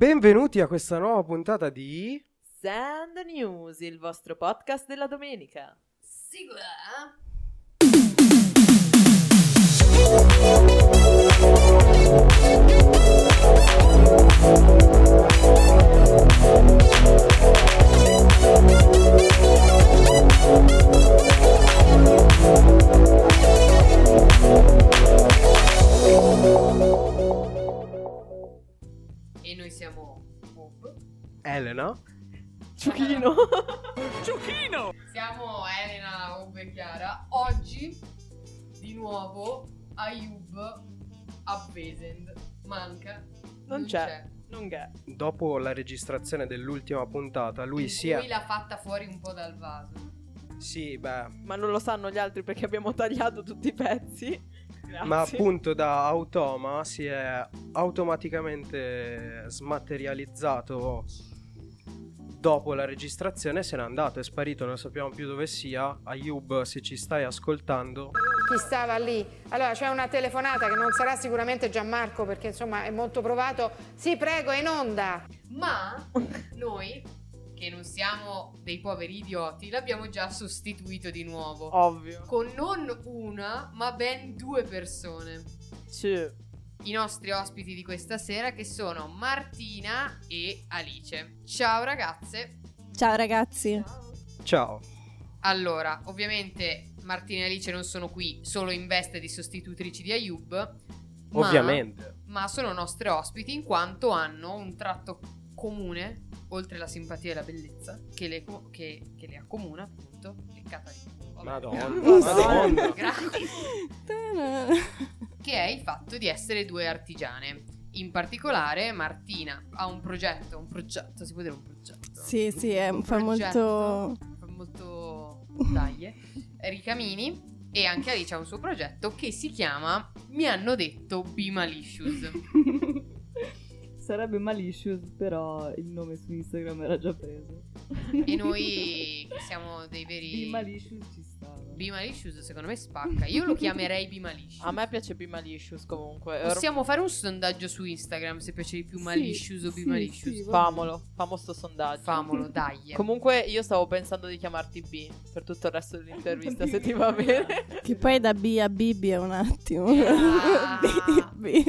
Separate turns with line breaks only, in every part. Benvenuti a questa nuova puntata di...
Sand News, il vostro podcast della domenica.
Sigla. E noi siamo Bob.
Elena.
Ciuchino.
Siamo Elena, Ub e Chiara. Oggi di nuovo Ayub absent. Manca.
Non c'è. non è.
Dopo la registrazione dell'ultima puntata, lui si è...
Lui l'ha fatta fuori un po' dal vaso.
Sì, beh,
Ma non lo sanno gli altri perché abbiamo tagliato tutti i pezzi. Grazie.
ma appunto da automa si è automaticamente smaterializzato dopo la registrazione, se n'è andato, è sparito, non sappiamo più dove sia. Ayub, se ci stai ascoltando,
chi stava lì. Allora c'è una telefonata che non sarà sicuramente Gianmarco perché insomma è molto provato. Sì, prego, è in onda.
Ma noi, che non siamo dei poveri idioti, l'abbiamo già sostituito di nuovo.
Ovvio.
Con non una, ma ben due persone.
Sì.
I nostri ospiti di questa sera che sono Martina e Alice. Ciao ragazze.
Ciao ragazzi.
ciao.
Allora, ovviamente Martina e Alice non sono qui solo in veste di sostitutrici di Ayub. ma-
Ovviamente.
ma sono nostre ospiti in quanto hanno un tratto comune, oltre la simpatia e la bellezza, che le, co- che, che le accomuna appunto, le Catalina. Vabbè.
Madonna,
Madonna.
Grazie.
Ta-da.
Che è il fatto di essere due artigiane. In particolare Martina ha un progetto, un progetto, si può dire un progetto?
Sì, sì, è-
Un
fa molto-
progetto, Fa molto... taglie. Ricamini. E anche Alice ha un suo progetto che si chiama Mi hanno detto Be Malicious.
Certo. Sarebbe malicious, però il nome su Instagram era già preso.
e noi che siamo dei veri...
Di malicious ci stava.
Be Malicious secondo me spacca. Io lo chiamerei Be
A
Malicious.
me piace Be Malicious comunque. Or-
Possiamo fare un sondaggio su Instagram se piace di più
er- Sì,
Malicious o Be
sì,
Malicious.
sì, va bene.
Famolo. Famo sto sondaggio.
Famolo, dai.
Comunque io stavo pensando di chiamarti B per tutto il resto dell'intervista, se ti va bene.
Che poi da B a BB è un attimo.
Ah.
B,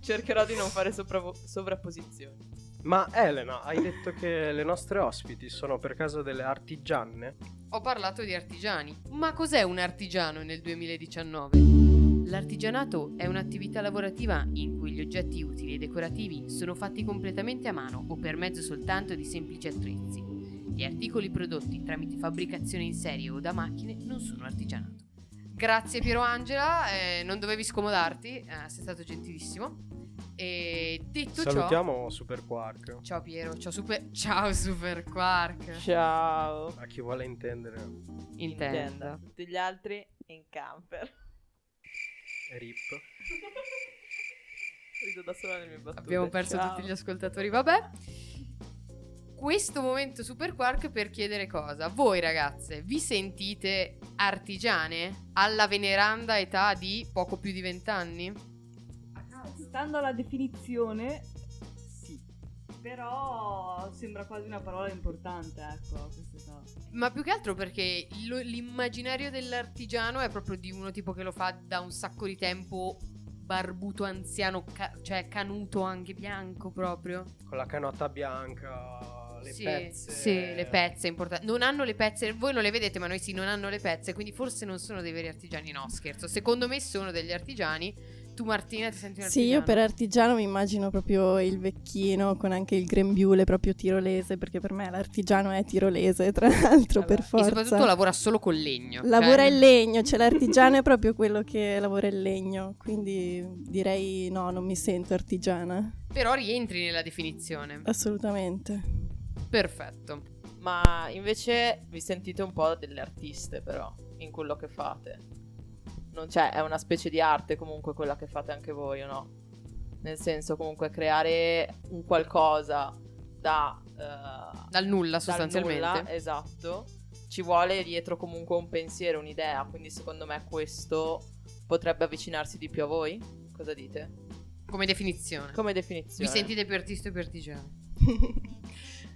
Cercherò di non fare sopravo- sovrapposizioni.
Ma Elena, hai detto che le nostre ospiti sono per caso delle artigiane?
Ho parlato di artigiani. Ma cos'è un artigiano nel 2019? L'artigianato è un'attività lavorativa in cui gli oggetti utili e decorativi sono fatti completamente a mano o per mezzo soltanto di semplici attrezzi. Gli articoli prodotti tramite fabbricazione in serie o da macchine non sono artigianato. Grazie Piero Angela, eh, non dovevi scomodarti, eh, sei stato gentilissimo. E detto ciò...
Salutiamo Super Quark.
Ciao Piero, ciao Super... Ciao Super Quark.
Ciao.
A chi vuole intendere,
In
Intenda.
tenda.
Tutti gli altri in camper.
rip.
Rido da sola nel mio battute.
Abbiamo perso
Ciao.
tutti gli ascoltatori, vabbè. Questo momento super quark per chiedere cosa? Voi ragazze, vi sentite artigiane alla veneranda età di poco più di vent'anni?
Ah, Stando alla definizione, sì. Però sembra quasi una parola importante, ecco, a quest'età.
Ma più che altro perché lo- l'immaginario dell'artigiano è proprio di uno tipo che lo fa da un sacco di tempo, barbuto, anziano, ca- cioè canuto anche bianco proprio.
Con la canotta bianca, le
sì,
pezze.
sì, le pezze, importante. Non hanno le pezze, voi non le vedete, ma noi sì, non hanno le pezze, quindi forse non sono dei veri artigiani, no, scherzo. Secondo me sono degli artigiani. Tu Martina ti senti un
Sì,
artigiano?
io per artigiano mi immagino proprio il vecchino con anche il grembiule proprio tirolese, perché per me l'artigiano è tirolese, tra l'altro, per
E
forza.
soprattutto lavora solo col legno.
Lavora
cioè-
il legno, cioè l'artigiano è proprio quello che lavora il legno, quindi direi no, non mi sento artigiana,
Però rientri nella definizione.
Eh. assolutamente.
Perfetto.
Ma invece vi sentite un po' delle artiste, però, in quello che fate. Non c'è, è una specie di arte comunque quella che fate anche voi, o no? Nel senso, comunque, creare un qualcosa da. eh,
Dal nulla
dal
sostanzialmente.
nulla, esatto. Ci vuole dietro comunque un pensiero, un'idea. Quindi, secondo me, questo potrebbe avvicinarsi di più a voi. Cosa dite?
Come definizione.
Come definizione.
Vi sentite più artisti o più artigiani?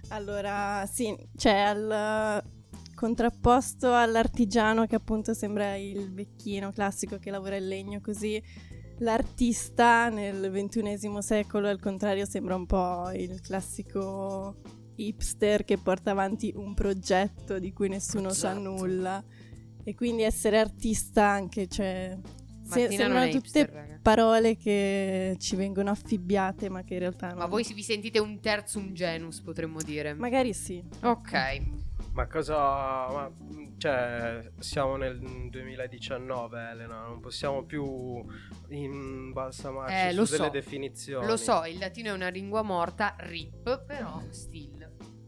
allora, sì, c'è al contrapposto all'artigiano che appunto sembra il vecchino classico che lavora il legno così. L'artista nel ventunesimo secolo al contrario sembra un po' il classico hipster che porta avanti un progetto di cui nessuno sa
Esatto.
nulla. E quindi essere artista anche, cioè... se-
Martina non
sembrano
è
tutte
hipster, eh. raga.
parole che ci vengono affibbiate ma che in realtà
Ma
non-
voi vi sentite un terzum genus, potremmo dire.
Magari sì.
Ok.
Ma cosa... ma, mh, cioè, siamo nel 2019, Elena, non possiamo più imbalsamarci
Eh,
su
lo
delle
so.
definizioni.
Lo so, il latino è una lingua morta, rip, però still.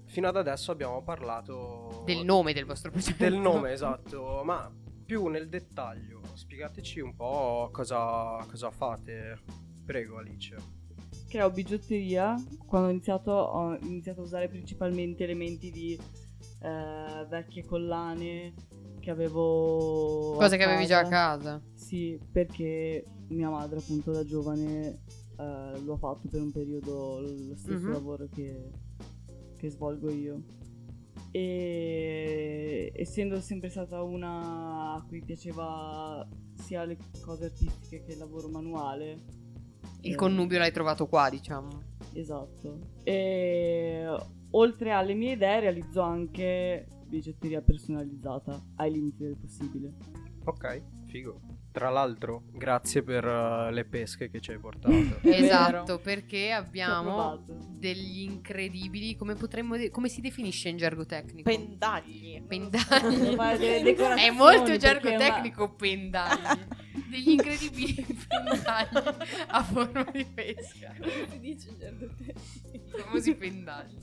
Fino ad adesso abbiamo parlato...
Del nome del vostro progetto.
Del nome, esatto, ma più nel dettaglio. Spiegateci un po' cosa, cosa fate. Prego, Alice.
Creo bigiotteria. Quando ho iniziato, ho iniziato a usare principalmente elementi di eh, vecchie collane che avevo. a
Cose che avevi già a
casa.
casa.
Sì, perché mia madre appunto da giovane eh, lo ha fatto per un periodo l- lo stesso
Mhm.
lavoro che, che svolgo io. E essendo sempre stata una a cui piaceva sia le cose artistiche che il lavoro manuale,
Il
eh,
connubio l'hai trovato qua, diciamo.
Esatto. E oltre alle mie idee realizzo anche bigiotteria personalizzata ai limiti del possibile.
Ok, figo. Tra l'altro, grazie per eh, le pesche che ci hai portato.
È
Esatto,
vero.
perché
Ci ho
abbiamo
provato.
degli incredibili, come potremmo de- come si definisce in gergo tecnico?
Pendagli.
Pendagli.
Ma delle decorazioni,
È molto
perché
gergo
è una-
tecnico pendagli. Degli incredibili pendagli a forma di pesca.
si dice
I famosi pendagli.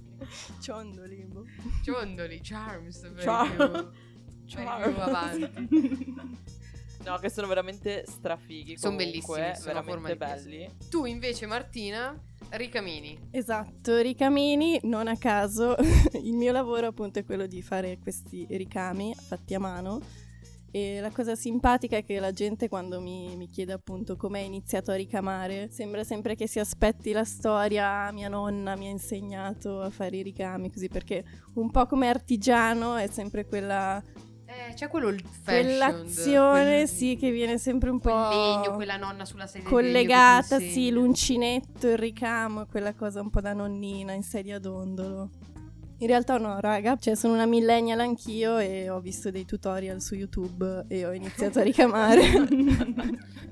Ciondoli. boh.
Ciondoli, charms per
Char-
più- per più Cioè, avanti.
No, che sono veramente strafighi.
Sono
comunque,
bellissimi, sono a forma di
veramente
pesca.
belli.
Tu invece Martina ricamini.
Esatto, ricamini, non a caso. Il mio lavoro appunto è quello di fare questi ricami fatti a mano. E la cosa simpatica è che la gente quando mi, mi chiede appunto come hai iniziato a ricamare, sembra sempre che si aspetti la storia, "Ah, mia nonna mi ha insegnato a fare i ricami, così perché un po' come artigiano è sempre quella
Eh, c'è quello il fashion,
Quell'azione
quel-
sì che viene sempre un
quel
po'
legno, quella nonna sulla sedia di legno che ti
collegata, sì,
insegna.
l'uncinetto, il ricamo, quella cosa un po' da nonnina in sedia dondolo. In realtà no, raga, cioè sono una millennial anch'io e ho visto dei tutorial su YouTube e ho iniziato a ricamare.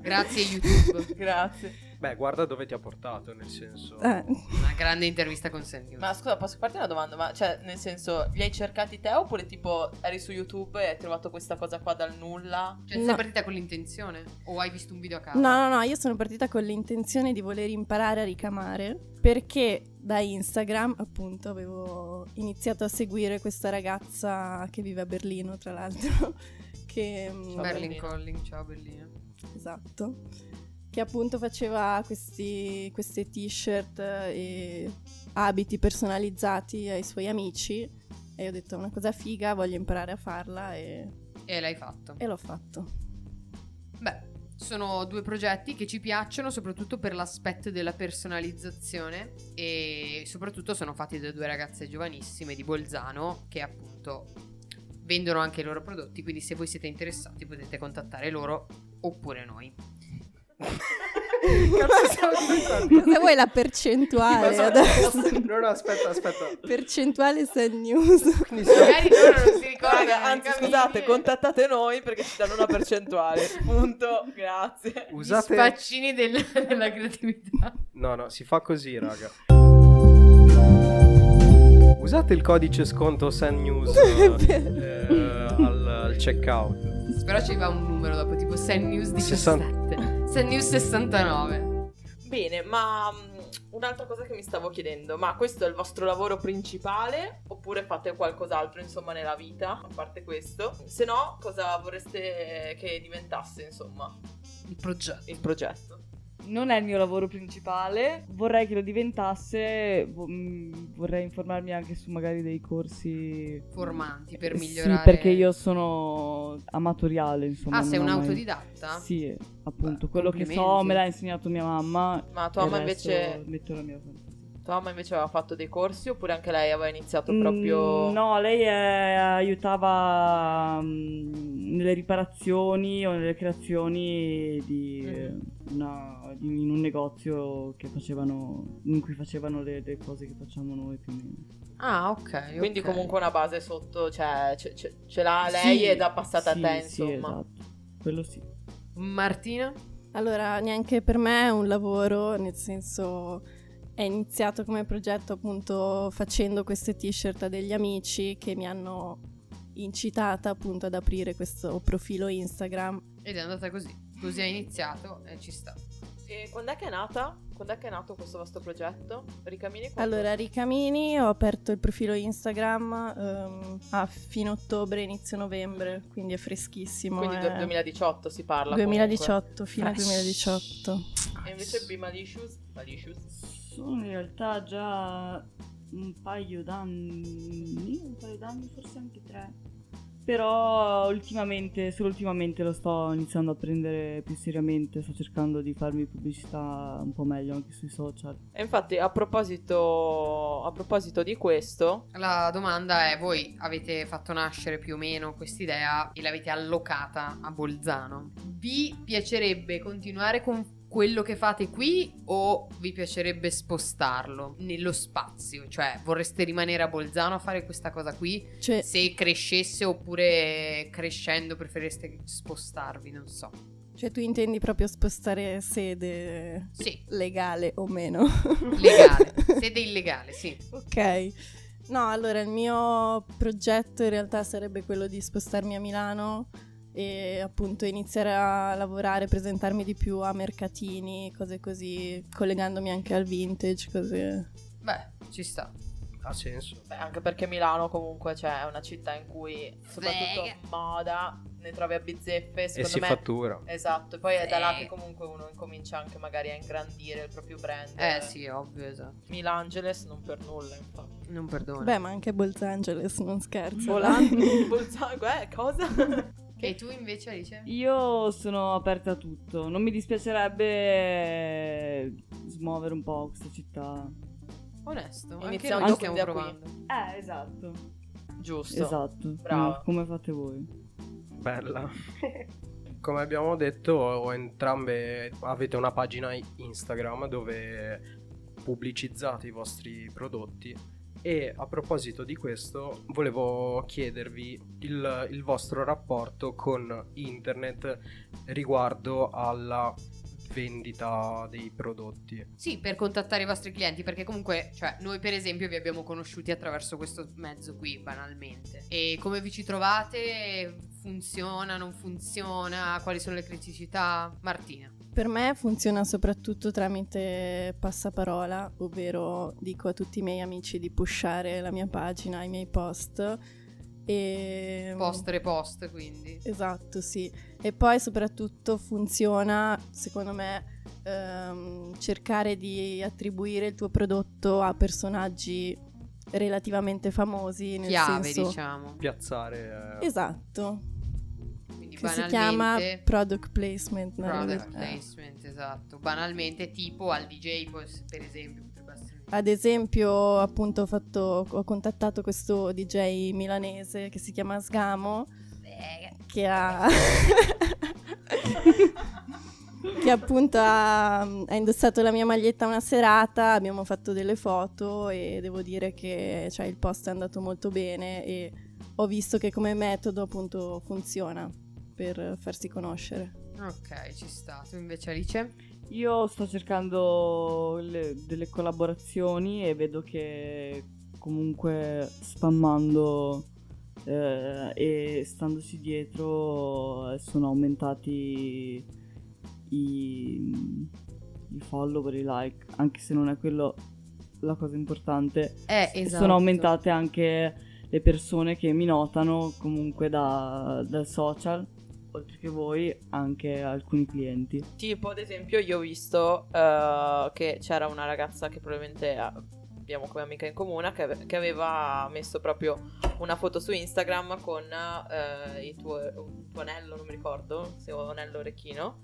Grazie YouTube.
Grazie.
Beh, guarda dove ti ha portato, nel senso...
Eh,
Una grande intervista con Sandy.
Ma scusa, posso farti una domanda? Ma cioè, nel senso, li hai cercati te oppure tipo eri su YouTube e hai trovato questa cosa qua dal nulla?
Cioè, sei
No.
partita con l'intenzione o hai visto un video a caso?
No, no, no, io sono partita con l'intenzione di voler imparare a ricamare perché da Instagram, appunto, avevo iniziato a seguire questa ragazza che vive a Berlino, tra l'altro, che mm,
Ciao,
Berlin
Berlino.
Calling, ciao Berlino.
esatto, che appunto faceva questi, queste t-shirt eh, e abiti personalizzati ai suoi amici e ho detto "È una cosa figa, voglio imparare a farla e,
E l'hai fatto.
e l'ho fatto.
Beh, sono due progetti che ci piacciono soprattutto per l'aspetto della personalizzazione e soprattutto sono fatti da due ragazze giovanissime di Bolzano che appunto vendono anche i loro prodotti, quindi se voi siete interessati potete contattare loro oppure noi.
Cosa vuoi la percentuale adesso?
No, no, aspetta, aspetta.
Percentuale sad news.
Quindi siamo-
Magari loro non si ricordano.
Raga, anzi,
capite?
scusate, contattate noi perché ci danno una percentuale. Punto, grazie.
Gli
Usate...
spaccini del- della creatività.
No, no, si fa così, raga. Usate il codice sconto SendNews eh, al, al checkout.
Però ci va un numero dopo, tipo Sen News 17. Sen News 69.
Bene, ma mm, un'altra cosa che mi stavo chiedendo, ma questo è il vostro lavoro principale oppure fate qualcos'altro insomma nella vita, a parte questo? Se no, cosa vorreste che diventasse insomma
Il progetto.
il progetto?
non è il mio lavoro principale, vorrei che lo diventasse, vo- mh, vorrei informarmi anche su magari dei corsi
Formanti per
Eh,
migliorare.
Sì, perché io sono amatoriale, insomma.
Ah,
non
sei
ho mai-
un'autodidatta?
Sì, appunto,
Beh,
quello che so
complimenti.
me l'ha insegnato mia mamma.
Ma tua mamma
il resto
invece-
Metto la mia fantasia.
Tua mamma invece aveva fatto dei corsi oppure anche lei aveva iniziato proprio...
Mm, No, lei eh, aiutava mm, nelle riparazioni o nelle creazioni di,
Mhm.
una- di- in un negozio che facevano, in cui facevano le, le cose che facciamo noi più o meno.
Ah, ok.
Quindi
ok.
comunque una base sotto, cioè ce, ce- ce l'ha lei
Sì,
ed è passata
sì,
a te,
sì,
insomma.
esatto. Quello sì.
Martina?
Allora, neanche per me è un lavoro, nel senso è iniziato come progetto appunto facendo queste t-shirt a degli amici che mi hanno incitata appunto ad aprire questo profilo Instagram.
Ed è andata così. Così ha iniziato e ci sta.
E quando è che è nata? Quando è che è nato questo vostro progetto? Ricamini quando-
Allora, Ricamini, ho aperto il profilo Instagram ehm, a fine ottobre, inizio novembre, quindi è freschissimo. eh.
Quindi
è
du- 2018 si parla
2018, fino al
Fresh.
2018.
comunque. E invece B Malicious? Malicious?
Sono in realtà già un paio d'anni, un paio d'anni, forse anche tre. Però ultimamente, solo ultimamente lo sto iniziando a prendere più seriamente, sto cercando di farmi pubblicità un po' meglio anche sui social.
E infatti a proposito, a proposito di questo,
La domanda è, voi avete fatto nascere più o meno quest'idea e l'avete allocata a Bolzano. Vi piacerebbe continuare con quello che fate qui o vi piacerebbe spostarlo nello spazio? Cioè vorreste rimanere a Bolzano a fare questa cosa qui?
Cioè,
Se crescesse oppure crescendo preferireste spostarvi, non so.
cioè, tu intendi proprio spostare sede
Sì,
legale o meno?
legale. Sede illegale, sì.
Ok. No, allora il mio progetto in realtà sarebbe quello di spostarmi a Milano e appunto iniziare a lavorare, presentarmi di più a mercatini, cose così, collegandomi anche al vintage, cose.
Beh, ci sta.
Ha senso.
beh, anche perché Milano comunque cioè, è una città in cui soprattutto
Frega.
moda ne trovi a bizzeffe,
E
secondo
si
me...
fattura.
Esatto, e poi è da là che
Frega.
comunque uno incomincia anche magari a ingrandire il proprio brand.
Eh sì, ovvio, esatto.
Milangeles non per nulla, infatti.
Non perdono.
Beh, ma anche Los Angeles, non scherzo.
Volando, Bolzano, eh, cosa?
E tu invece, Alice?
Io sono aperta a tutto, non mi dispiacerebbe eh, smuovere un po' questa città.
Onesto, anche
Iniziamo
noi ci
anche
stiamo
da qui.
provando.
Eh, esatto.
Giusto.
Esatto.
Brava.
Come, come fate voi?
Bella. Come abbiamo detto, entrambe avete una pagina Instagram dove pubblicizzate i vostri prodotti. E a proposito di questo, volevo chiedervi il, il vostro rapporto con internet riguardo alla vendita dei prodotti.
Sì, per contattare i vostri clienti, perché comunque, cioè, noi per esempio vi abbiamo conosciuti attraverso questo mezzo qui, banalmente. E come vi ci trovate? Funziona, non funziona? Quali sono le criticità? Martina.
Per me funziona soprattutto tramite passaparola, ovvero dico a tutti i miei amici di pushare la mia pagina, i miei post. E...
Post, repost, quindi.
Esatto, sì. E poi soprattutto funziona, secondo me, ehm, cercare di attribuire il tuo prodotto a personaggi relativamente famosi, nel
Chiave,
senso...
diciamo.
Piazzare eh,
Esatto,
Quindi
che si chiama
banalmente.
product placement. no?
Product
Eh.
placement, esatto. Banalmente, tipo al DJ, pos- per esempio, potrebbe essere un-
Ad esempio, appunto, ho, fatto- ho contattato questo DJ milanese che si chiama Sgamo, che ha... che appunto ha, ha indossato la mia maglietta una serata, abbiamo fatto delle foto e devo dire che cioè, il post è andato molto bene e ho visto che come metodo appunto funziona per farsi conoscere.
Ok, ci sta. Tu invece, Alice?
Io sto cercando le- delle collaborazioni e vedo che comunque spammando eh, e standoci dietro eh, sono aumentati i, i follower, i like, anche se non è quello la cosa importante.
Eh,
Sono aumentate anche le persone che mi notano comunque da- dal social oltre che voi, anche alcuni clienti.
Tipo, ad esempio, io ho visto eh, che c'era una ragazza che probabilmente ha- abbiamo come amica in comune che, ave- che aveva messo proprio una foto su Instagram con eh, il, tuo, un tuo anello, non mi ricordo, se ho anello o orecchino.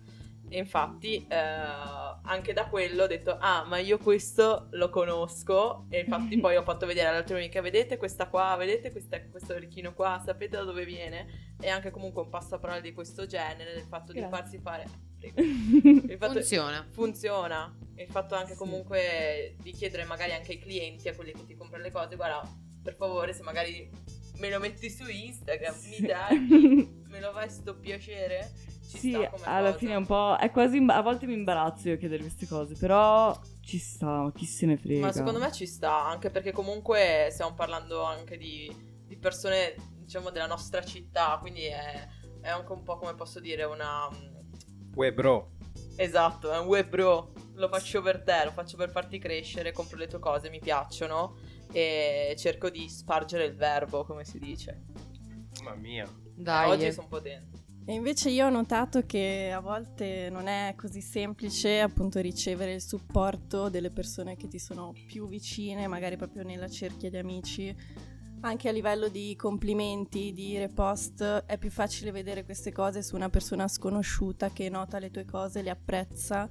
E infatti, eh, anche da quello ho detto: Ah, ma io questo lo conosco. E infatti, poi ho fatto vedere all'altra amica: Vedete questa qua, vedete questa- questo orecchino qua, sapete da dove viene? E anche comunque un passaparola di questo genere, del fatto di
Grazie.
farsi fare. Prego.
Sì,
Il fatto-
Funziona.
funziona. E Il fatto anche
Sì.
comunque di chiedere magari anche ai clienti, a quelli che ti comprano le cose, guarda, per favore, se magari me lo metti su Instagram, mi dai, me lo fai sto piacere. Ci
Sì,
sta come
alla
cosa.
fine è un po'. È quasi. imba- a volte mi imbarazzo io a chiedere queste cose, però ci sta, ma chi se ne frega.
Ma secondo me ci sta, anche perché comunque stiamo parlando anche di, di persone, diciamo, della nostra città, quindi è, è anche un po', come posso dire, una...
Uè, bro.
Esatto, è un web bro, lo faccio per te, lo faccio per farti crescere, compro le tue cose, mi piacciono e cerco di spargere il verbo, come si dice.
Mamma mia.
Dai.
Oggi
eh.
sono potente.
E invece io ho notato che a volte non è così semplice appunto ricevere il supporto delle persone che ti sono più vicine, magari proprio nella cerchia di amici. Anche a livello di complimenti, di repost, è più facile vedere queste cose su una persona sconosciuta che nota le tue cose, le apprezza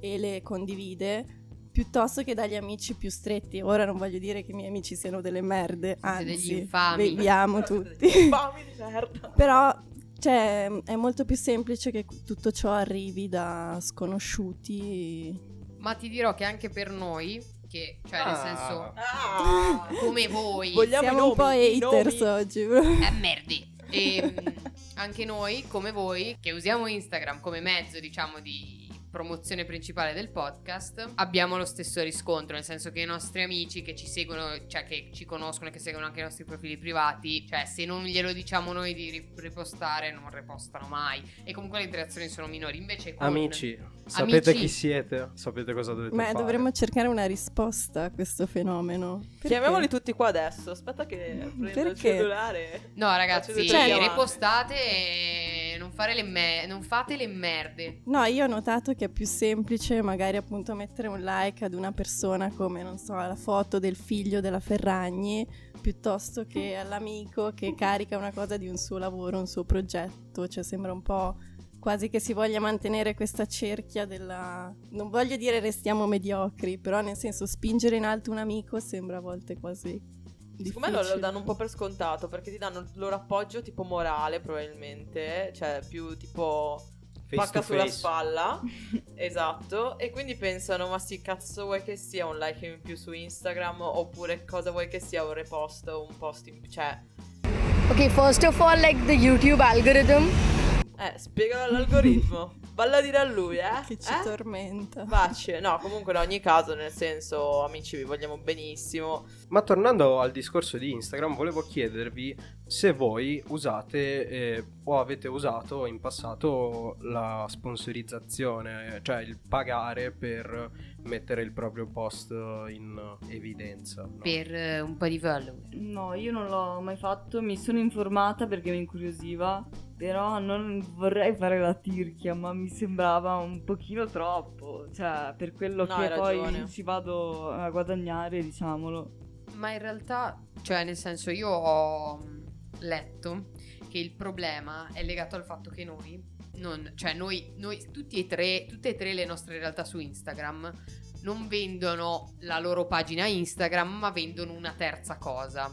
e le condivide, piuttosto che dagli amici più stretti. Ora non voglio dire che i miei amici siano delle merde,
Siete
anzi,
degli infami.
vi amo tutti.
Infami di merda.
Però cioè, è molto più semplice che tutto ciò arrivi da sconosciuti.
Ma ti dirò che anche per noi, che, cioè, nel
Ah.
senso,
Ah,
come voi,
Vogliamo i
Siamo
nomi,
un po'
i
haters
nomi. Eh,
oggi. però.
è merdi. E mh, anche noi, come voi, che usiamo Instagram come mezzo, diciamo, di promozione principale del podcast, abbiamo lo stesso riscontro, nel senso che i nostri amici che ci seguono, cioè che ci conoscono e che seguono anche i nostri profili privati, cioè se non glielo diciamo noi di ri- ripostare, non ripostano mai. E comunque le interazioni sono minori. Invece con...
Amici, sapete
Amici.
chi siete? Sapete cosa dovete
Ma
fare?
dovremmo cercare una risposta a questo fenomeno. Perché?
Chiamiamoli tutti qua adesso, aspetta che prendo il
Perché?
cellulare.
No, ragazzi,
Faccio tutto
Cioè,
chiamare.
ripostate e non, fare le me- non fate le merde.
No, io ho notato che è più semplice magari appunto mettere un like ad una persona come, non so, la foto del figlio della Ferragni, piuttosto che all'amico che carica una cosa di un suo lavoro, un suo progetto. Cioè sembra un po' quasi che si voglia mantenere questa cerchia della... Non voglio dire restiamo mediocri, però nel senso spingere in alto un amico sembra a volte quasi...
Secondo me lo, lo
difficile.
danno un po' per scontato perché ti danno il loro appoggio tipo morale probabilmente, cioè più tipo
Face
pacca
to
sulla
face.
spalla. esatto, e quindi pensano ma sì cazzo vuoi che sia un like in più su Instagram oppure cosa vuoi che sia un repost o un post in più, cioè
Okay, first of all, like the YouTube algorithm,
eh spiegalo all'algoritmo, balla dire a lui, eh?
Che ci
eh?
tormenta.
Pace. No, comunque in ogni caso, nel senso, amici, vi vogliamo benissimo.
Ma tornando al discorso di Instagram, volevo chiedervi se voi usate eh, o avete usato in passato la sponsorizzazione, cioè il pagare per mettere il proprio post in evidenza. no?
Per eh, un po' di follower.
No, io non l'ho mai fatto, mi sono informata perché mi incuriosiva, però non vorrei fare la tirchia, ma mi sembrava un pochino troppo, cioè per quello
No,
che
hai ragione.
poi ci vado a guadagnare, diciamolo.
Ma in realtà, cioè, nel senso, io ho mh, letto che il problema è legato al fatto che noi, non, cioè, noi, noi tutti e tre, tutte e tre le nostre realtà su Instagram non vendono la loro pagina Instagram, ma vendono una terza cosa.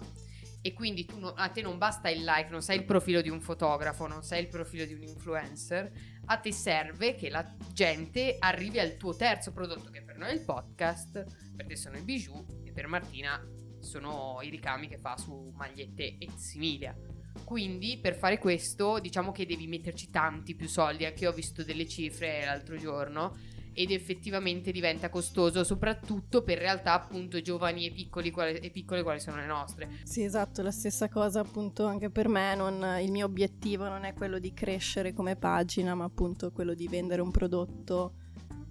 E quindi tu no- a te non basta il like, non sei il profilo di un fotografo, non sei il profilo di un influencer, a te serve che la gente arrivi al tuo terzo prodotto, che per noi è il podcast, per te sono i bijou e per Martina sono i ricami che fa su magliette e similia. Quindi per fare questo diciamo che devi metterci tanti più soldi, anche io ho visto delle cifre l'altro giorno ed effettivamente diventa costoso soprattutto per realtà appunto giovani e, piccoli, quali- e piccole quali sono le nostre.
Sì, esatto, la stessa cosa appunto anche per me, non- il mio obiettivo non è quello di crescere come pagina, ma appunto quello di vendere un prodotto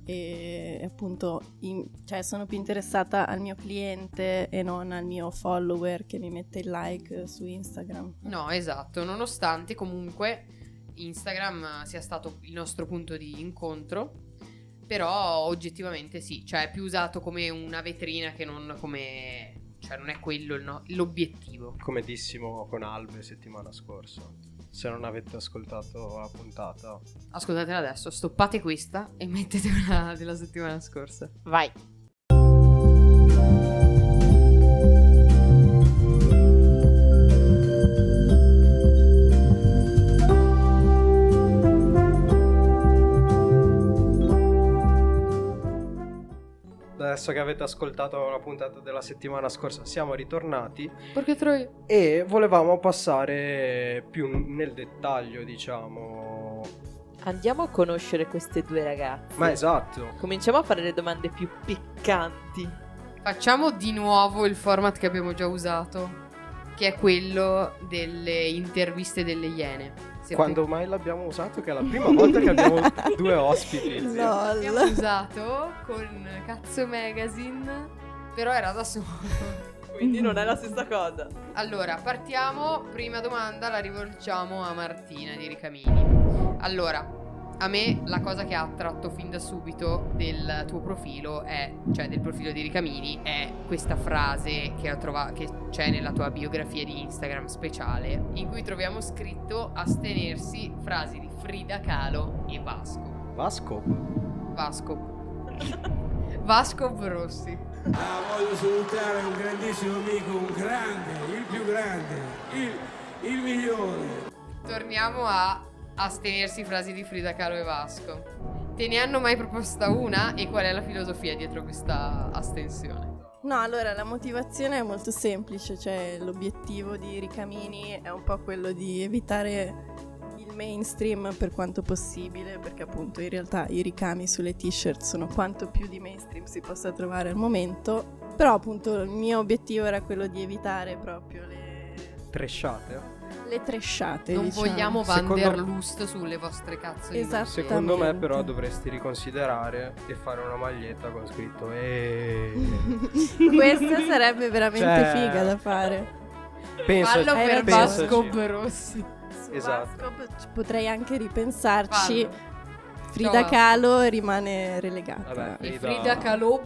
e appunto in- cioè, sono più interessata al mio cliente e non al mio follower che mi mette il like su Instagram.
No, esatto, nonostante comunque Instagram sia stato il nostro punto di incontro. Però oggettivamente sì, cioè è più usato come una vetrina che non come... cioè non è quello il no- l'obiettivo.
Come dissimo con Albe settimana scorsa. Se non avete ascoltato la puntata,
Ascoltatela adesso, stoppate questa e mettete una della settimana scorsa.
Vai.
adesso che avete ascoltato la puntata della settimana scorsa, siamo ritornati
Perché troia?
e volevamo passare più nel dettaglio, diciamo.
Andiamo a conoscere queste due ragazze.
Ma esatto,
Cominciamo a fare le domande più piccanti.
Facciamo di nuovo il format che abbiamo già usato, che è quello delle interviste delle iene. Se
quando mai l'abbiamo usato? Che è la prima volta che abbiamo due ospiti.
Abbiamo
LOL.
usato con Cazzo Magazine, però era da solo.
Quindi
Mm.
non è la stessa cosa.
Allora, partiamo. Prima domanda la rivolgiamo a Martina di Ricamini. Allora, a me la cosa che ha attratto fin da subito del tuo profilo è, cioè del profilo di Ricamini, è questa frase che, ho trova- che c'è nella tua biografia di Instagram speciale, in cui troviamo scritto astenersi frasi di Frida Kahlo e Vasco.
Vasco?
Vasco. Vasco Rossi.
Ah, voglio salutare un grandissimo amico, un grande, il più grande, il, il migliore.
Torniamo a astenersi frasi di Frida Kahlo e Vasco. Te ne hanno mai proposta una e qual è la filosofia dietro questa astensione?
No, allora la motivazione è molto semplice, cioè l'obiettivo di Ricamini è un po' quello di evitare il mainstream per quanto possibile, perché appunto in realtà i ricami sulle t-shirt sono quanto più di mainstream si possa trovare al momento, però appunto il mio obiettivo era quello di evitare proprio le,
Tresciate?
le tresciate.
non
diciamo.
vogliamo
Secondo-
Vanderlust sulle vostre cazzo di
Esatto.
mosche.
Secondo me però
Esattamente.
dovresti riconsiderare e fare una maglietta con scritto e
Questa sarebbe veramente
Cioè,
figa da fare.
penso
Fallo
Hai
per
ragione.
Vasco Rossi.
Su
esatto.
Vasco p- potrei anche ripensarci.
Fallo. Ciao,
Frida
Vasco.
Kahlo rimane relegata.
Vabbè,
E
Frida-
Frida Kahlo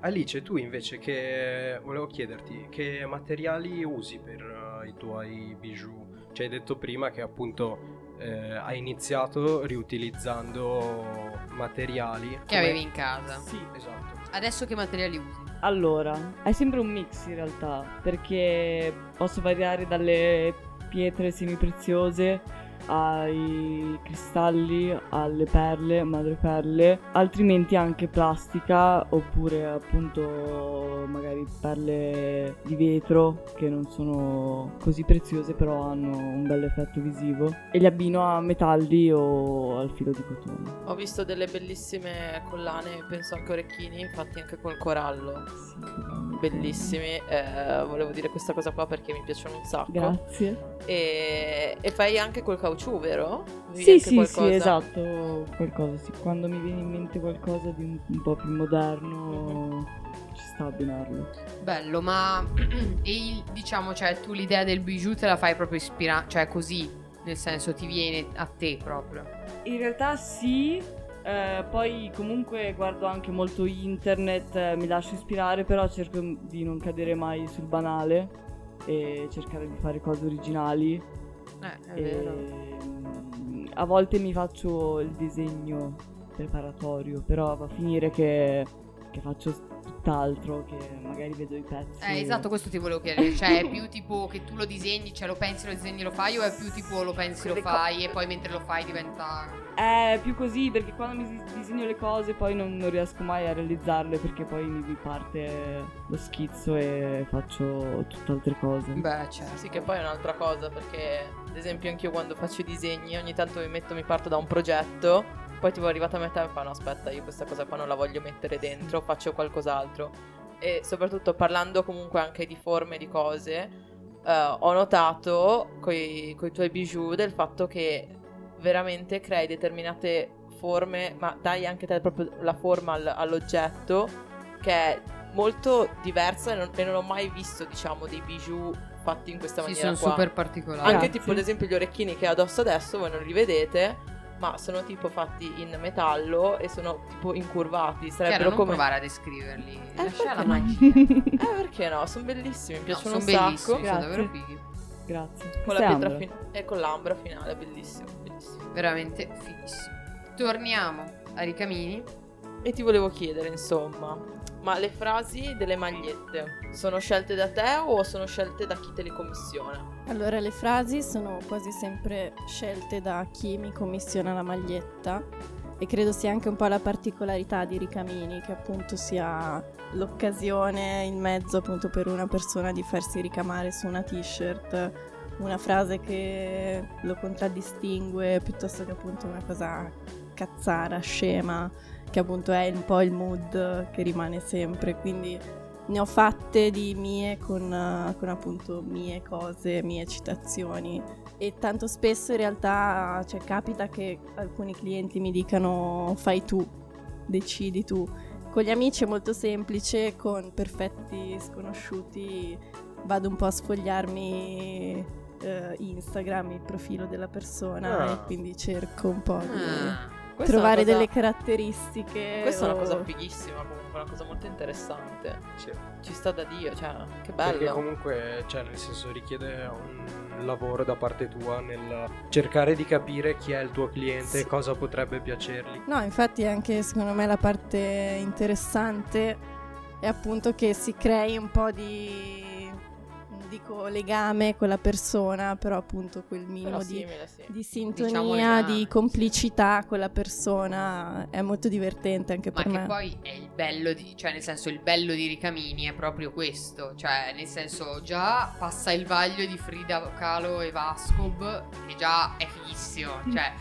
Alice, tu invece che volevo chiederti che materiali usi per eh, i tuoi bijou? Ci hai detto prima che appunto eh, hai iniziato riutilizzando materiali
che avevi in casa.
Sì.
Esatto.
Adesso che materiali usi?
Allora, è sempre un mix in realtà, perché posso variare dalle pietre semipreziose ai cristalli, alle perle, madreperle, altrimenti anche plastica oppure appunto magari perle di vetro che non sono così preziose però hanno un bel effetto visivo e li abbino a metalli o al filo di cotone.
Ho visto delle bellissime collane, penso anche orecchini, infatti anche col corallo. Bellissimi. Eh, volevo dire questa cosa qua perché mi piacciono un sacco.
Grazie.
E, e fai anche col caucciù, vero? Avevi
Sì,
anche
sì, sì,
qualcosa?
esatto, qualcosa, sì. Quando mi viene in mente qualcosa di un, un po' più moderno, ci sta a abbinarlo.
Bello, ma e il- diciamo, cioè, tu l'idea del bijou te la fai proprio ispirare, cioè così, nel senso ti viene a te proprio.
In realtà sì, eh, poi comunque guardo anche molto internet, eh, mi lascio ispirare, però cerco di non cadere mai sul banale e cercare di fare cose originali.
Eh, è
E,
vero.
mm, A volte mi faccio il disegno preparatorio, però va a finire che, che faccio tutt'altro, che magari vedo i pezzi.
Eh, esatto, questo ti volevo chiedere. Cioè, è più tipo che tu lo disegni, cioè lo pensi, lo disegni, lo fai, o è più tipo lo pensi, lo
Quelle
fai, e poi mentre lo fai diventa.
È più così perché quando mi dis- disegno le cose poi non, non riesco mai a realizzarle perché poi mi mi parte lo schizzo e faccio tutt'altre cose.
Beh, certo.
Sì, che poi è un'altra cosa perché, ad esempio, anch'io quando faccio i disegni, ogni tanto mi metto, mi parto da un progetto, poi tipo arrivata a metà e mi fa no, aspetta, io questa cosa qua non la voglio mettere dentro, faccio qualcos'altro. E soprattutto parlando comunque anche di forme, di cose, eh, ho notato coi, coi tuoi bijou del fatto che veramente crei determinate forme, ma dai anche te proprio la forma al- all'oggetto che è molto diversa e non, e non ho mai visto diciamo dei bijou fatti in questa
Sì,
maniera
sono
qua.
super particolari.
Anche
Grazie.
tipo ad esempio gli orecchini che ho addosso adesso, voi non li vedete, ma sono tipo fatti in metallo e sono tipo incurvati,
Chiara,
sarebbero
non
come
provare a descriverli. Lascia la
perché no?
magia.
Eh, perché no? Sono bellissimi, mi
No,
piacciono
sono
un sacco.
bellissimi, sono
Grazie.
davvero fighi.
Grazie.
Con
Questa è
la pietra
Ambra.
finale e con l'ambra finale, bellissimo, bellissimo.
Veramente fighissimi. Torniamo a Ricamini.
E ti volevo chiedere, insomma, ma le frasi delle magliette sono scelte da te o sono scelte da chi te le commissiona?
Allora, le frasi sono quasi sempre scelte da chi mi commissiona la maglietta e credo sia anche un po' la particolarità di Ricamini che appunto sia l'occasione in mezzo appunto per una persona di farsi ricamare su una t-shirt una frase che lo contraddistingue piuttosto che appunto una cosa cazzara, scema, che appunto è un po' il mood che rimane sempre, quindi ne ho fatte di mie con, eh, con appunto mie cose, mie citazioni e tanto spesso in realtà cioè, capita che alcuni clienti mi dicano fai tu, decidi tu. Con gli amici è molto semplice, con perfetti sconosciuti vado un po' a sfogliarmi eh, Instagram, il profilo della persona
Ah.
e quindi cerco un po' di
Ah,
Questa è una
trovare
cosa-
delle Oh. caratteristiche.
Questa è una
o-
cosa fighissima, comunque, una cosa molto interessante.
Sì.
Ci sta da Dio, cioè, che
Perché
bello.
comunque, cioè, nel senso, richiede un lavoro da parte tua nel cercare di capire chi è il tuo cliente e
Sì.
cosa potrebbe piacergli.
No, infatti anche secondo me la parte interessante è appunto che si crei un po' di non dico legame con la persona, però appunto quel minimo
Però
di,
simile, sì.
di
Diciamo
sintonia,
legame, sì.
di complicità con la persona è molto divertente anche
Ma
per
che
me.
poi è il bello di, cioè nel senso il bello di Ricamini è proprio questo, cioè nel senso già passa il vaglio di Frida Kahlo e Vascob che già è fighissimo,
Mm.
cioè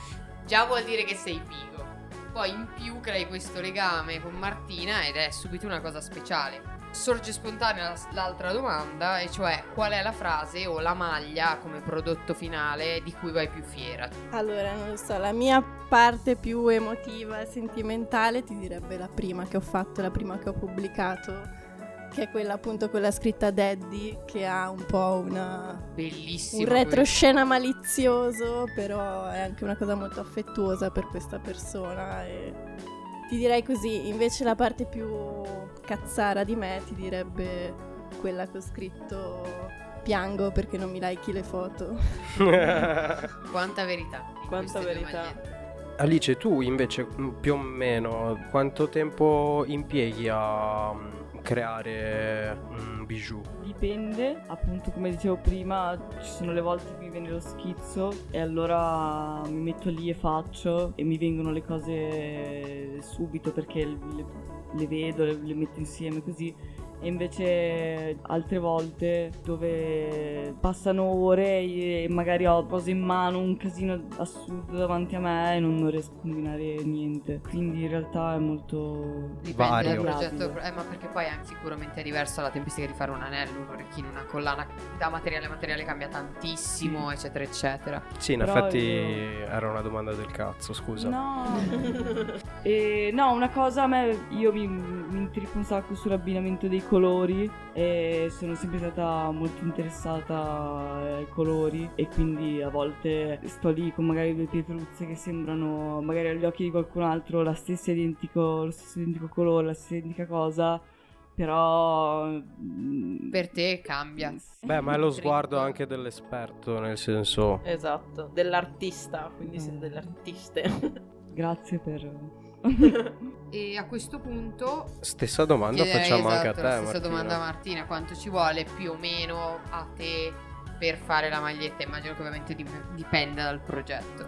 già vuol dire che sei figo. Poi in più crei questo legame con Martina ed è subito una cosa speciale. Sorge spontanea la- l'altra domanda, e cioè qual è la frase o la maglia come prodotto finale di cui vai più fiera?
Allora, non lo so, la mia parte più emotiva e sentimentale ti direbbe la prima che ho fatto, la prima che ho pubblicato, che è quella appunto con la scritta Daddy, che ha un po' una
Bellissimo.
un retroscena malizioso, però è anche una cosa molto affettuosa per questa persona. E ti direi così, invece la parte più cazzara di me ti direbbe quella che ho scritto piango perché non mi like le foto.
Quanta verità. in
Quanta
queste due
verità.
magliette.
Alice, tu invece mh, più o meno quanto tempo impieghi a mh, creare un bijou?
Dipende, appunto come dicevo prima, ci sono le volte che mi viene lo schizzo e allora mi metto lì e faccio e mi vengono le cose subito perché le, le vedo, le, le metto insieme così. E invece altre volte dove passano ore e magari ho cose in mano, un casino assurdo davanti a me e non, non riesco a combinare niente. Quindi in realtà è molto...
Dipende
Vario.
dal progetto,
Variabile.
eh, ma perché poi è anche sicuramente diverso la tempistica di fare un anello, un orecchino, una collana. Da materiale a materiale cambia
Mm.
tantissimo, eccetera, eccetera.
Sì, in
Però
effetti
io-
era una domanda del cazzo, scusa.
No. Eh, no, una cosa a me, io mi, mi intrippo un sacco sull'abbinamento dei colori e sono sempre stata molto interessata ai colori e quindi a volte sto lì con magari due pietruzze che sembrano magari agli occhi di qualcun altro la stessa identico, lo stesso identico colore, la stessa identica cosa, però... mm,
Per te cambia.
sì.
Beh, ma è lo
Trip.
sguardo anche dell'esperto, nel senso...
Esatto, dell'artista, quindi siete delle artiste.
Grazie per...
E a questo punto
Stessa domanda
chiederei,
facciamo anche a
esatto,
te,
la stessa
Martina.
domanda a Martina, quanto ci vuole più o meno a te per fare la maglietta? Immagino che ovviamente dip- dipenda dal progetto.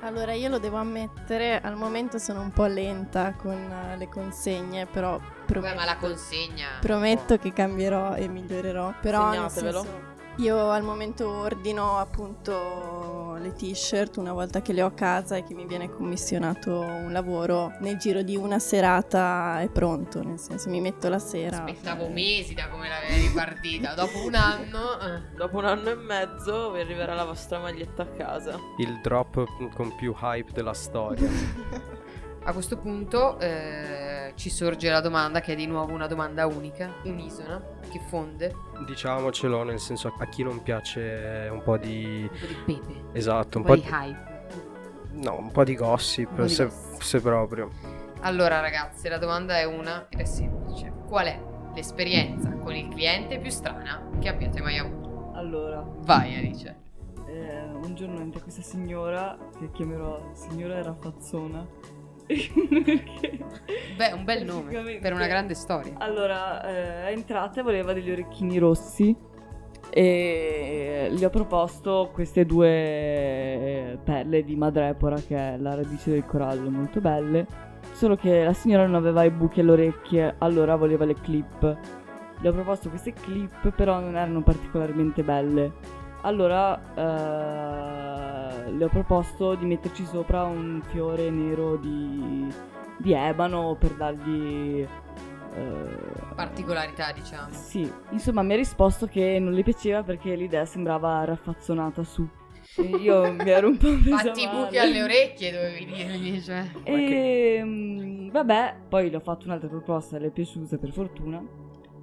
Allora, io lo devo ammettere, al momento sono un po' lenta con eh, le consegne, però
Beh, ma la
prometto,
consegna oh,
prometto che cambierò e migliorerò. Però nel
Segnatevelo.
senso, io al momento ordino appunto le t-shirt una volta che le ho a casa e che mi viene commissionato un lavoro, nel giro di una serata è pronto, nel senso mi metto la sera.
aspettavo mesi da come l'avevi ripartita. Dopo un anno eh,
Dopo un anno e mezzo vi arriverà la vostra maglietta a casa.
Il drop con più hype della storia.
A questo punto eh, ci sorge la domanda che è di nuovo una domanda unica, unisona, che chi fonde,
Diciamocelo, nel senso a chi non piace un po' di...
un po' di pepe,
Esatto,
un
un
po'
po'
di
di...
hype.
No, un po' di gossip,
po' di
se,
gossip.
se proprio.
Allora ragazzi, la domanda è una ed è semplice. Qual è l'esperienza con il cliente più strana che abbiate mai avuto?
Allora,
Vai Alice.
eh, un giorno entra questa signora, che chiamerò signora Raffazzona.
Beh, un bel nome
Praticamente-
per una grande storia.
Allora, eh, è entrata e voleva degli orecchini rossi e le ho proposto queste due eh, perle di madrepora che è la radice del corallo, molto belle. Solo che la signora non aveva i buchi alle orecchie, allora voleva le clip. Le ho proposto queste clip, però non erano particolarmente belle. Allora eh, le ho proposto di metterci sopra un fiore nero di, di ebano per dargli eh,
Particolarità, diciamo.
sì, insomma mi ha risposto che non le piaceva perché l'idea sembrava raffazzonata su. E io mi ero un po' presa
Fatti i buchi
male.
alle orecchie, dovevi dirmi, cioè.
E mm, vabbè, poi le ho fatto un'altra proposta, le è piaciuta per fortuna.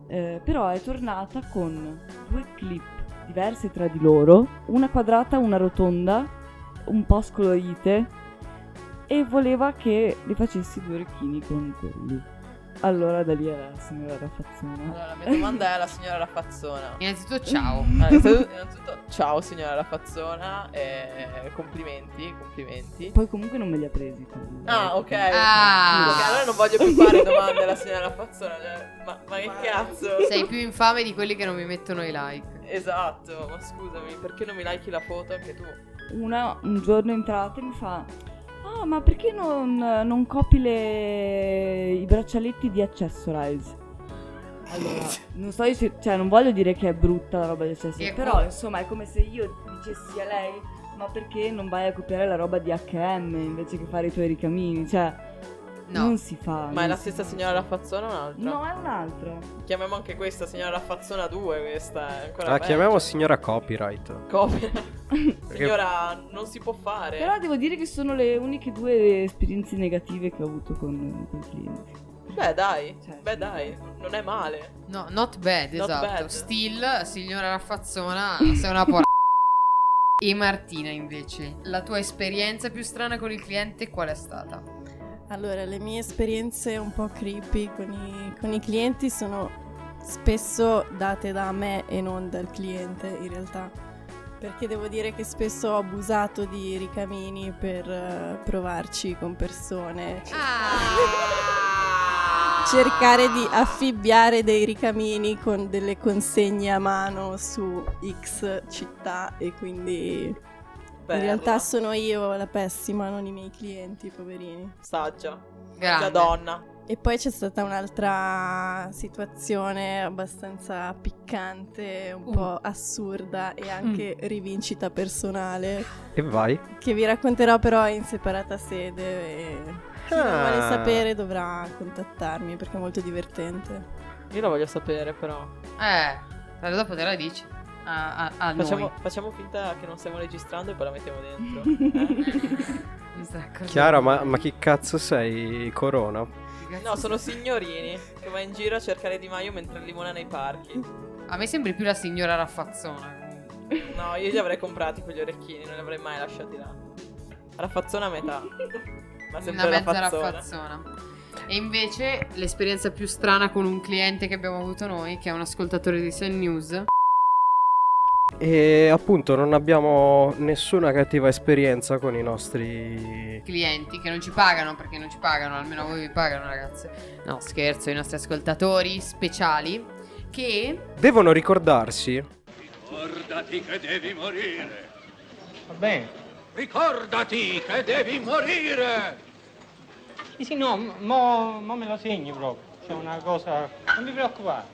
Eh, però è tornata con due clip diverse tra di loro, una quadrata, una rotonda, un po' scolorite e voleva che le facessi due orecchini con quelli. Allora da lì era la signora Raffazzona.
Allora, la mia domanda è alla signora Raffazzona.
Innanzitutto ciao.
Allora, innanzitutto- innanzitutto, ciao signora Raffazzona, e complimenti, complimenti.
Poi comunque non me li ha presi. quindi-
Ah, ok.
Ah.
Ok, allora non voglio più fare domande alla signora Raffazzona. cioè, ma, ma che cazzo?
Sei più infame di quelli che non mi mettono i like.
Esatto, ma scusami, perché non mi like la foto anche tu?
Una un giorno è entrata e mi fa: Ah, ma perché non, non copi le- i braccialetti di Accessorize? Allora, non sto dic- cioè, non voglio dire che è brutta la roba di
Sì, è
Accessorize,
cool.
però insomma è come se io dicessi a lei: Ma perché non vai a copiare la roba di HM invece che fare i tuoi ricamini? Cioè,
No.
non si fa.
Ma è
non
la
si
stessa
fa.
signora Raffazzona o un'altra?
No, è un'altra.
Chiamiamo anche questa signora Raffazzona 2, questa è ancora
La
peggio.
chiamiamo signora copyright.
Copia. signora, non si può
Eh.
fare.
Però devo dire che sono le uniche due esperienze negative che ho avuto con, con i clienti.
Beh, dai.
Cioè,
Beh, dai, non è male.
No, not bad,
Not
esatto.
bad.
Still, signora Raffazzona, sei una porra. E Martina, invece, la tua esperienza più strana con il cliente qual è stata?
Allora, le mie esperienze un po' creepy con i, con i clienti sono spesso date da me e non dal cliente in realtà, perché devo dire che spesso ho abusato di ricamini per eh, provarci con persone,
Ah!
cercare di affibbiare dei ricamini con delle consegne a mano su X città e quindi
Bella.
in realtà sono io la pessima, non i miei clienti, poverini.
saggia.
Grande.
Saggia donna.
E poi c'è stata un'altra situazione abbastanza piccante, un
Uh.
po' assurda
Mm.
e anche rivincita personale,
E vai.
che vi racconterò però in separata sede e chi non
Ah.
vuole sapere dovrà contattarmi perché è molto divertente.
Io la voglio sapere, però.
Eh, però dopo te la dici. A, a, a
Facciamo,
noi.
facciamo finta che non stiamo registrando e poi la mettiamo dentro. eh.
Mi sta accordando.
Chiara, ma, ma chi cazzo sei? Corona?
Eh? No, sono signorini che va in giro a cercare Di Maio mentre limona nei parchi.
A me sembri più la signora Raffazzona. comunque.
No, io li avrei comprati quegli orecchini, non li avrei mai lasciati là. Raffazzona a metà. Ma
Una
sempre
mezza
raffazzona.
raffazzona. E invece l'esperienza più strana con un cliente che abbiamo avuto noi, che è un ascoltatore di Sun News.
E appunto non abbiamo nessuna cattiva esperienza con i nostri...
clienti che non ci pagano perché non ci pagano, almeno a voi vi pagano ragazzi. No, scherzo, i nostri ascoltatori speciali che
Devono ricordarsi
Ricordati che devi morire!
Va bene.
Ricordati che devi morire!
Sì, sì, no, mo, mo me lo segni proprio. C'è una cosa... Non vi preoccupate.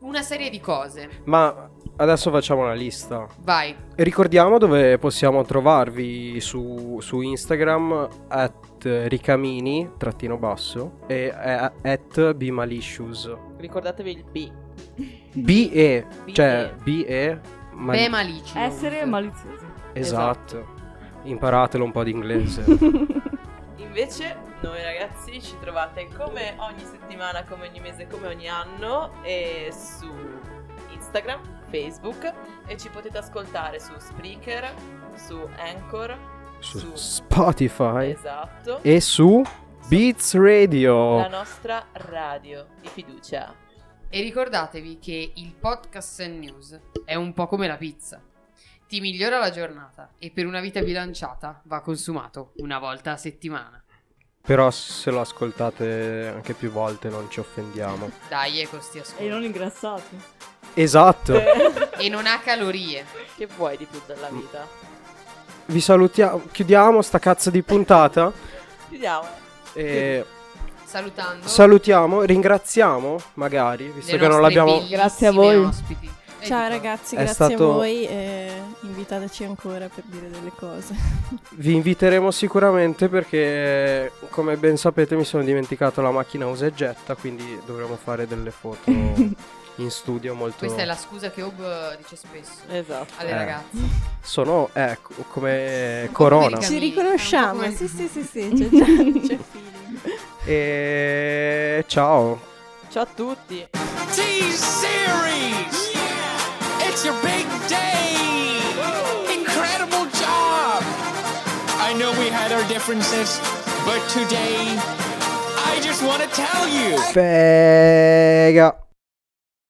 una serie di cose.
Ma adesso facciamo una lista.
Vai.
E ricordiamo dove possiamo trovarvi su, su Instagram at ricamini trattino basso e eh, at bmalicious.
Ricordatevi il B.
BE,
BE.
cioè BE, ma
Beh, malicio.
Essere maliziosi.
esatto. Imparatelo un po' di inglese.
Invece Noi ragazzi ci trovate come ogni settimana, come ogni mese, come ogni anno e su Instagram, Facebook e ci potete ascoltare su Spreaker, su Anchor,
Su Spotify
Esatto.
e Oh. su Beats Radio.
la nostra radio di fiducia.
E ricordatevi che il podcast and news è un po' come la pizza. Ti migliora la giornata e per una vita bilanciata va consumato una volta a settimana.
Però se lo ascoltate anche più volte non ci offendiamo.
Dai, eco sti ascolti.
E non ingrassati.
Esatto.
E non ha calorie.
Che vuoi di più dalla vita?
Vi salutiamo, chiudiamo sta cazzo di puntata
Chiudiamo.
e
Salutando
salutiamo, ringraziamo magari, visto
le
che non
nostre
l'abbiamo
bellissime
Grazie a voi.
ospiti. Ecco, E
Ciao
dico,
ragazzi,
È
grazie
stato-
a voi e invitateci ancora per dire delle cose.
Vi inviteremo sicuramente perché, come ben sapete, mi sono dimenticato la macchina usa e getta, quindi dovremo fare delle foto in studio molto...
Questa è la scusa che Ob dice spesso
Esatto.
alle
Eh.
ragazze.
Sono, ecco, come
Un po'
Corona.
come
Ci
Camilla,
riconosciamo,
è un po'
sì
come-
sì sì sì, c'è già, c'è feeling.
E ciao.
Ciao a tutti.
T-Series! It's your big day! Incredible job! I know we had our differences, but today, I just want to tell you.
Fega.